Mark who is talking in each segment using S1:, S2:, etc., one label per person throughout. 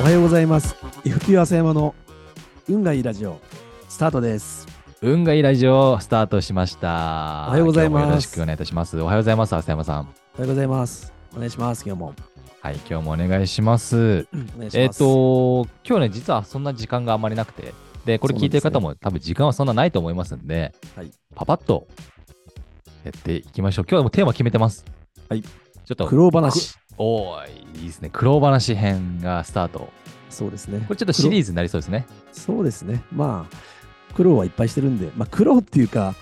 S1: おはようございます FP 浅山の運がいいラジオスタートです
S2: 運がいいラジオスタートしました。
S1: おはようございます
S2: 今日もよろしくお願いいたします。おはようございます、浅山さん。
S1: おはようございますお願いします今日も、
S2: はい、今日もお願いします。
S1: お願いします
S2: えっ、と、今日ね、実はそんな時間があまりなくて、で、これ聞いて
S1: そうなんで
S2: る
S1: すね
S2: 方も、多分時間はそんなないと思いますんで、
S1: はい
S2: パパッとやっていきましょう。今日はもうテーマ決めてます。
S1: はい
S2: ちょっと
S1: 苦、労話
S2: おーい、いいですね。苦労話編がスタート。こ
S1: そうですね
S2: れちょっとシリーズになりそうですね。
S1: そうですねまあ苦労はいっぱいしてるんでまあ苦労っていうか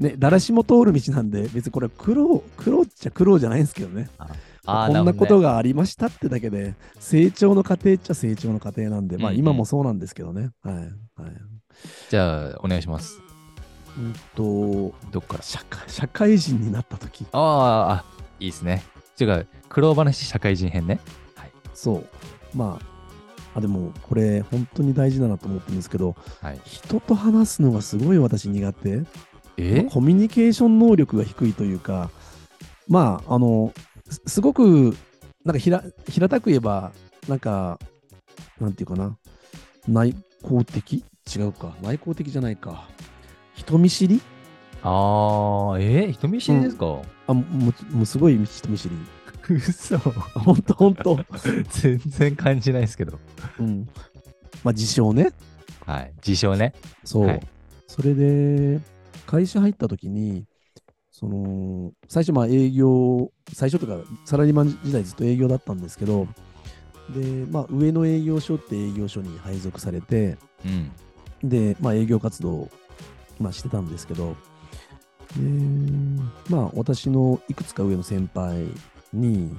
S1: ね誰しも通る道なんで別にこれは苦労苦労っちゃ苦労じゃないんですけどね
S2: あー
S1: こん
S2: る
S1: な
S2: ほ
S1: こと
S2: どね
S1: がありましたってだけで成長の過程っちゃ成長の過程なんでまあ
S2: うんうん
S1: 今もそうなんですけどね、はいはい
S2: じゃあ、お願いします。
S1: うんと
S2: どっから
S1: 社会社会人になった時
S2: あーあ、いいですね。ていうか、苦労話社会人編ね。
S1: そうまああでもこれ本当に大事だなと思ってるんですけど
S2: はい、
S1: 人と話すのがすごい私苦手
S2: え
S1: コミュニケーション能力が低いというかまああのすすごくなんかひら平たく言えばなんかなんていうかな内向的違うか内向的じゃないか人見知り
S2: ああ、え人見知りですか、
S1: あももうもうすごい人見知り
S2: 嘘
S1: 本当本当
S2: 全然感じないですけど。
S1: うんまあ自称ね
S2: はい、自称ね。
S1: そう、
S2: はい
S1: それで会社入った時にその最初まあ営業最初とかサラリーマン時代ずっと営業だったんですけどで、まあ、上の営業所って営業所に配属されて
S2: うん。
S1: で、まあ、営業活動を、まあ、してたんですけどでまあ私のいくつか上の先輩に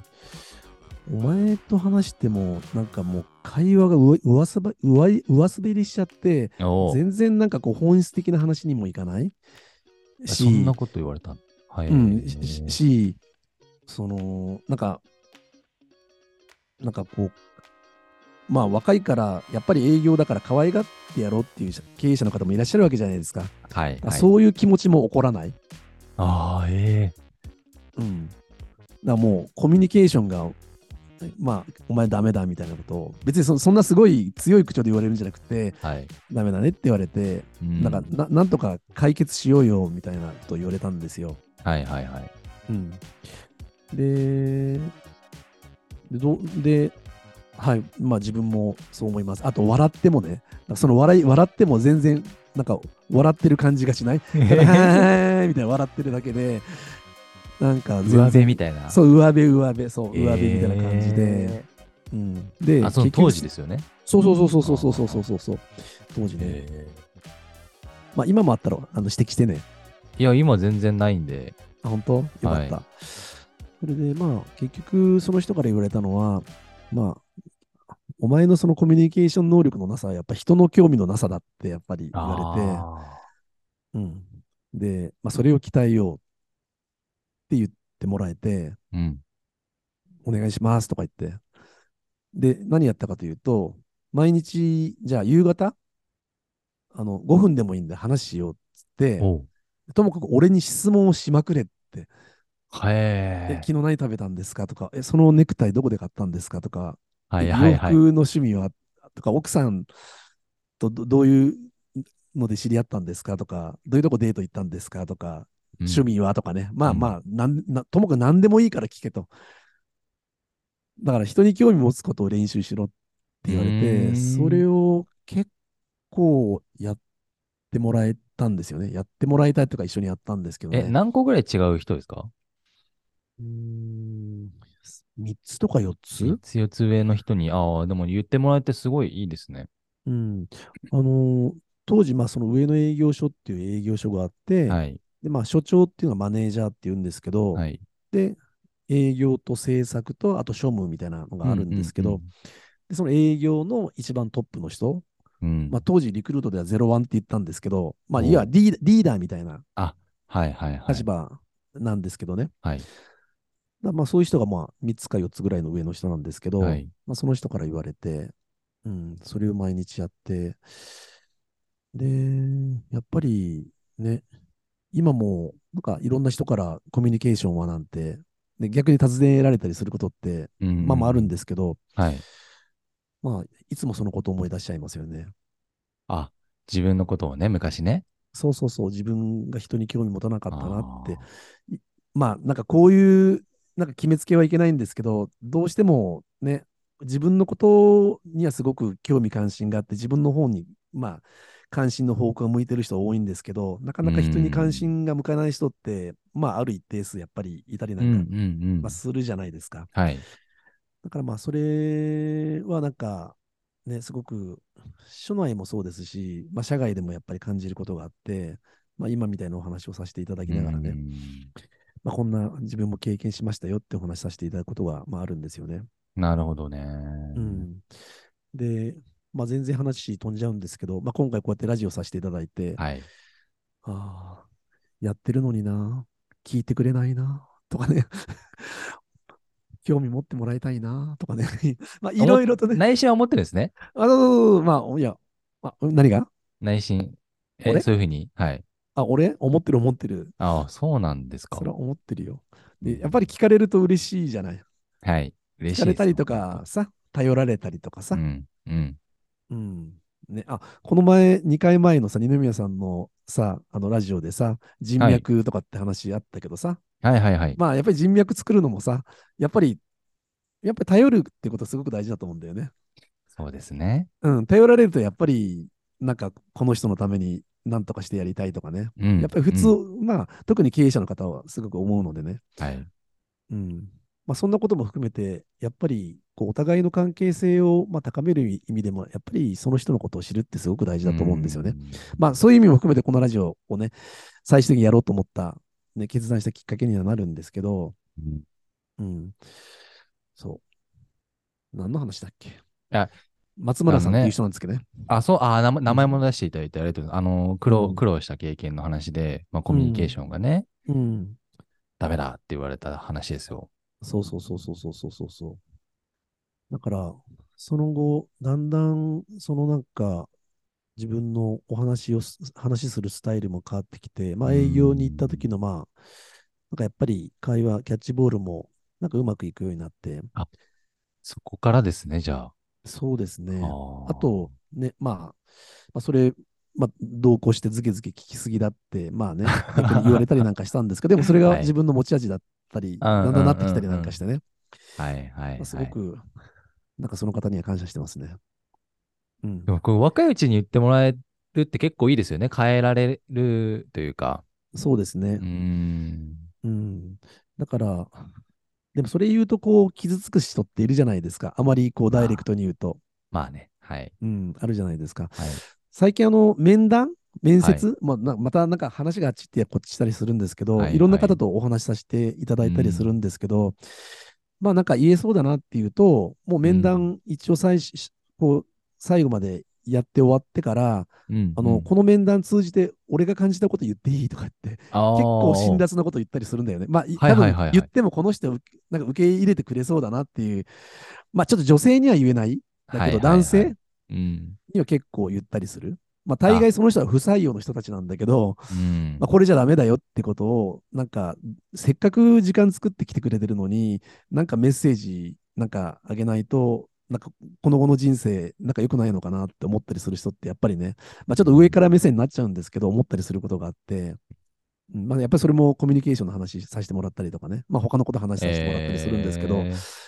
S1: お前と話してもなんかもう会話が上上すば上い上滑りしちゃって
S2: おお。
S1: 全然なんかこう本質的な話にもいかないし
S2: そんなこと言われた。はい。
S1: うん、しししそのなんかなんかこうまあ若いからやっぱり営業だから可愛がってやろうっていう経営者の方もいらっしゃるわけじゃないですか、
S2: はい、はい。
S1: そういう気持ちも起こらない、
S2: ああ、え
S1: うん、だからもうコミュニケーションがまあお前ダメだみたいなことを別にそそんなすごい強い口調で言われるんじゃなくて
S2: えはい。
S1: ダメだねって言われて
S2: う
S1: なんかななんとか解決しようよみたいなことを言われたんですよ。
S2: はいはいはい。
S1: うん、ででどで、はいまあ、自分もそう思います。あと笑ってもね、その笑い笑っても全然なんか笑ってる感じが しない。は ーいみたいな笑ってるだけで、なんか全
S2: 上辺
S1: 然
S2: みたいな。
S1: そう上辺上辺そう
S2: え
S1: 上
S2: ー
S1: 辺みたいな感じで、うん、で
S2: あ、その当時
S1: 結局
S2: ですよね。
S1: そうそうそうそうそうそうそうそうそう当時ね、
S2: え
S1: まあ今もあったろあの指摘してね。
S2: えいや、今全然ないんで。
S1: あ、本当よかった。それで、まあ、結局、その人から言われたのは、まあ、お前のそのコミュニケーション能力のなさは、やっぱ人の興味のなさだって、やっぱり言われて、
S2: あ
S1: うん。で、まあ、それを鍛えようって言ってもらえて、
S2: ーうん。
S1: お願いしますとか言って。で、何やったかというと、毎日、じゃあ、夕方、あの、5分でもいいんで話しようっつって、
S2: おう
S1: ともかく俺に質問をしまくれってで
S2: へ
S1: 昨日何食べたんですかとか、え、そのネクタイどこで買ったんですかとか、
S2: え。はい
S1: で
S2: はいはい
S1: 洋。服の趣味はとか、奥さんとどどういうので知り合ったんですかとか、どういうとこデート行ったんですかとか、
S2: うん
S1: 趣味はとかね、まあ
S2: うん
S1: まあ、なんなともかく何でもいいから聞けと。だから人に興味持つことを練習しろって言われ
S2: うー
S1: て、
S2: ん
S1: それを結構やってもらえたんですよね。やってもらいたいとか一緒にやったんですけどね。
S2: え、何個ぐらい違う人ですか
S1: うーん3つとか4つ
S2: 三つ四つ上の人に、ああ、でも言ってもらえてすごいいいですね。
S1: うん。あのー当時、まあ、その上の営業所っていう営業所があって、
S2: はい。
S1: で、まあ、所長っていうのはマネージャーっていうんですけど、
S2: はい。
S1: で、営業と制作と、あと庶務みたいなのがあるんですけど、でその営業の一番トップの人、
S2: うん。うんうん
S1: まあ、当時リクルートでは01って言ったんですけど、まあ、
S2: お
S1: いわゆるリーダーリーダーみたいな
S2: はいはいはい。
S1: 立場なんですけどね。
S2: はい。
S1: だからまあ、そういう人が、まあ、3つか4つぐらいの上の人なんですけど、
S2: はい。
S1: まあ、その人から言われて、うん、それを毎日やって、で、やっぱりね、今も、なんかいろんな人からコミュニケーションはなんて、で逆に尋ねられたりすることって、
S2: うん
S1: まあまああるん
S2: で。
S1: ですけど、
S2: はい。
S1: まあ、いつもそのことを思い出しちゃいますよね。
S2: あ、自分のことをね、昔ね。
S1: そうそうそう、自分が人に興味持たなかったなって
S2: あ。
S1: まあ、なんかこういう、なんか決めつけはいけないんですけど、どうしてもね、自分のことにはすごく興味関心があって、自分の方に、まあ、関心の方向が向いてる人多いんですけど、なかなか人に関心が向かない人って、まあ、ある一定数やっぱりいたり
S2: ー
S1: な
S2: うんうん
S1: か、
S2: んうん
S1: まあ、。するじゃないですか。
S2: はい。
S1: だからまあ、それはなんか、ね、すごく、署内もそうですし、まあ、社外でもやっぱり感じることがあって、まあ、今みたいなお話をさせていただきながらね、
S2: うん
S1: まあ、こんな自分も経験しましたよってお話しさせていただくことが、まあ、あるんですよね。
S2: なるほどね。
S1: うん、で、まあ、全然話飛んじゃうんですけど、まあ、今回こうやってラジオさせていただいて、
S2: はい。
S1: ああ、やってるのにな、聞いてくれないな、とかね、 興味持ってもらいたいな、とかね、 まあ、いろいろとね、
S2: 内心は思ってるんですね。
S1: あのまあ、いや、あ何が
S2: 内心。
S1: 俺
S2: え、そういうふうに。はい。
S1: あ、俺思ってる思ってる。
S2: ああ、そうなんですか
S1: それ。は思ってるよ。で、やっぱり聞かれると嬉しいじゃない。
S2: はい。嬉し
S1: 聞
S2: い。
S1: かれたりとか。さ、頼られたりとか
S2: う
S1: さ。
S2: ん。うん。
S1: うん。ね、あ、この前、2回前のさ、二宮さんのさ、あのラジオでさ、人脈とかって話あったけどさ、
S2: はいはいはい。
S1: まあやっぱり人脈作るのもさ、やっぱり、やっぱり頼るってことすごく大事だと思うんだよね。
S2: そうですね。
S1: うん、頼られるとやっぱり、なんかこの人のために何とかしてやりたいとかね。
S2: うん。
S1: やっぱり普通、
S2: うん
S1: まあ特に経営者の方はすごく思うのでね。
S2: はい。
S1: うん。まあそんなことも含めて、やっぱりこうお互いの関係性をまあ高める意味でも、やっぱりその人のことを知るってすごく大事だと思うんですよね。
S2: う
S1: まあそういう意味も含めてこのラジオをね、最終的にやろうと思った、ね、決断したきっかけにはなるんですけど、
S2: ん。
S1: うん。そう。何の話だっけ
S2: あ
S1: 松村さんって
S2: あの
S1: いう
S2: ね
S1: 人なんですけどね。
S2: あ、そう、あ、名前名前も出していただいてありがとうございます。あの、
S1: う
S2: 苦
S1: ん
S2: 労、苦労した経験の話で、まあ、コミュニケーションがね、
S1: うん。
S2: ダメだって言われた話ですよ。
S1: そうそうそうそうそうそうそうそう。だから、その後、だんだん、そのなんか、自分のお話をす、話するスタイルも変わってきて、まあ
S2: うん
S1: 営業に行った時の、まあ、なんかやっぱり会話、キャッチボールも、なんかうまくいくようになって、
S2: そこからですね、じゃあ。
S1: そうですね。
S2: あー
S1: あ、と、ね、まあ、まあ、それ、まあ、同行してズケズケ聞きすぎだって、まあね、逆に言われたりなんかしたんですけど、でもそれ
S2: は
S1: が
S2: い
S1: 自分の持ち味だったり、
S2: うんうんう
S1: だ
S2: んうん
S1: んだんなってきたりなんかしてね、
S2: はいはい、はい。
S1: まあすごく、なんかその方には感謝してますね。うん
S2: で。も、これ若いうちに言ってもらえるって結構いいですよね。変えられるというか。
S1: そうですね
S2: うー。ん。
S1: うん。だから、でもそれ言うと、こう、傷つく人っているじゃないですか。あまり、こう、
S2: まあ
S1: ダイレクトに言うと、
S2: まあね。はい。
S1: うん、あるじゃないですか。
S2: はい。
S1: 最近あの面談面接、まあ、なまたなんか話があっちってこっちしたりするんですけど、
S2: はいい
S1: ろんな
S2: はい
S1: 方とお話しさせていただいたりするんですけど、まあなんか言えそうだなっていうと、もう面談一応最,、しこう最後までやって終わってから、
S2: うん。
S1: あの、この面談通じて俺が感じたこと言っていいとかって、結構辛
S2: だ。
S1: 辣なこと言ったりするんだよね。まあ、い
S2: はい
S1: 多
S2: はいはいは
S1: 分
S2: い
S1: 言ってもこの人をなんか受け入れてくれそうだなっていう、まあちょっと女性には言えない、だ
S2: はい
S1: け
S2: はい
S1: ど
S2: はい
S1: 男性、
S2: うん。
S1: には結構言ったりする。まあ、大概その人は不採用の人たちなんだけど、
S2: うん
S1: まあ、これじゃダメだよってことを、なんか、せっかく時間作ってきてくれてるのに、なんかメッセージなんかあげないと、なんかこの後の人生、なんか良くないのかなって思ったりする人って、やっぱりね、まあ、ちょっと上から目線になっちゃうんですけど、思ったりすることがあって、うんまあ、やっぱりそれもコミュニケーションの話させてもらったりとかね、まあ、他のこと話させてもらったりするんですけど、
S2: えー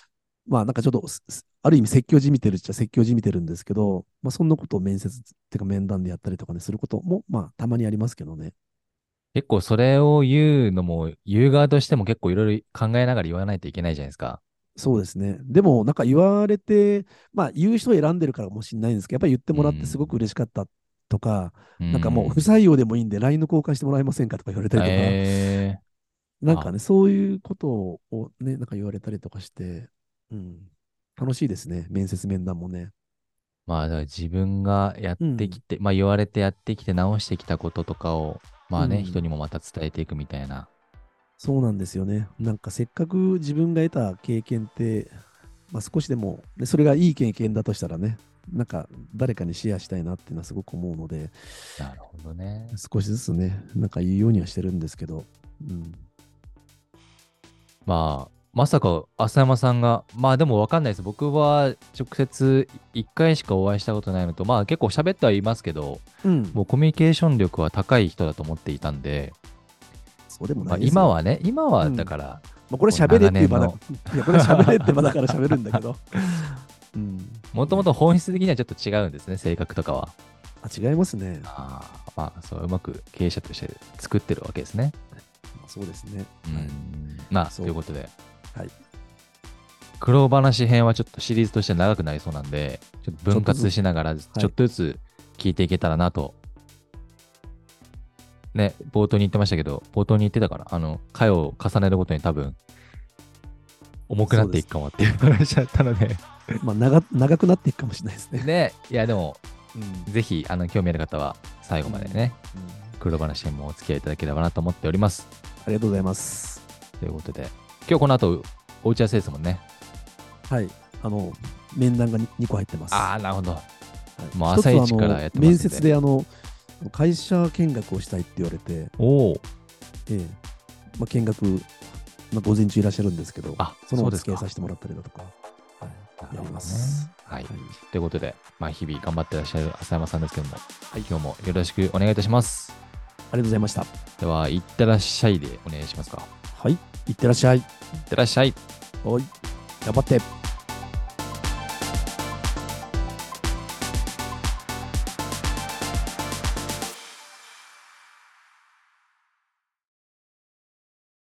S1: まあなんかちょっとす、すある意味説教じみてるっちゃ説教じみてるんですけど、まあそんなことを面接っていうか面談でやったりとかね、することも、まあたまにありますけどね。
S2: 結構それを言うのも、言う側としても結構いろいろ考えながら言わないといけないじゃないですか。
S1: そうですね。でもなんか言われて、まあ言う人を選んでるからかもしれないんですけど、やっぱり言ってもらってすごく嬉しかったとか、なんかもう不採用でもいいんで LINE の交換してもらえませんかとか言われたりとか、
S2: え
S1: なんかね、そういうことをね、なんか言われたりとかして、うん、楽しいですね、面接面談もね。
S2: まあ、だから自分がやってきて、まあ言われてやってきて直してきたこととかを、まあね、
S1: うん
S2: 人にもまた伝えていくみたいな。
S1: そうなんですよね。なんかせっかく自分が得た経験って、まあ、少しでも、ね、それがいい経験だとしたらね、なんか誰かにシェアしたいなっていうのはすごく思うので、
S2: なるほどね。
S1: 少しずつね、なんか言うようにはしてるんですけど、うん、
S2: まあ、まさか浅山さんが、まあでも分かんないです。僕は直接1回しかお会いしたことないのと、まあ結構喋ってはいますけど、
S1: うん、
S2: もうコミュニケーション力は高い人だと思っていたんで、
S1: そうでも
S2: ま
S1: な
S2: あ、
S1: いですよ
S2: 今、はね、今は
S1: うん
S2: だから、
S1: まあ、これ喋れっていう場だ
S2: 長
S1: いやこれ喋れって場だから喋るんだけど、うん、
S2: もともと本質的にはちょっと違うんですね、性格とかは。
S1: あ違いますね、
S2: あーまあ、そう、うまく経営者として作ってるわけですね。
S1: まあそうですね、
S2: うん。まあ、
S1: そ
S2: と
S1: う
S2: いうことで。
S1: はい。
S2: 苦労話編はちょっとシリーズとして長くなりそうなんで、ちょっと分
S1: ちょっとず
S2: 割
S1: つ
S2: しながら、ち
S1: い
S2: ょっとずつ聞いていけたらなと。ね、冒頭に言ってましたけど、冒頭に言ってたから、あの、回を重ねるごとに多分、重くなっていくかもっていう話だったので、
S1: まあ、長長くなっていくかもしれないですね、
S2: ね、いや、でも、
S1: うん
S2: ぜひ、あの、興味ある方は、最後までね、
S1: うん
S2: 苦労話編もお付き合いいただければなと思っております。
S1: ありがとうございます
S2: ということで、今日この後、お打ち合わせですもんね。
S1: はいあの面談が 2, 個入ってます
S2: ああ、なるほど。
S1: はい
S2: もう
S1: 一つは
S2: 朝一からやって
S1: あ
S2: ますんで
S1: の面接であの会社見学をしたいって言われて、
S2: おお、
S1: ええまあ、見学、まあ、午前中いらっしゃるんですけど
S2: あ
S1: その
S2: そ
S1: お
S2: うです
S1: 付き合い
S2: か
S1: させてもらったりだとかはいやります、
S2: はい。
S1: はい
S2: ということで、まあ、日々頑張ってらっしゃる浅山さんですけども、今日もよろしくお願いいたします。
S1: ありがとうございました
S2: では、いってらっしゃいでお願いしますか。
S1: はいいってらっしゃい
S2: いってらっしゃい。
S1: はい頑張って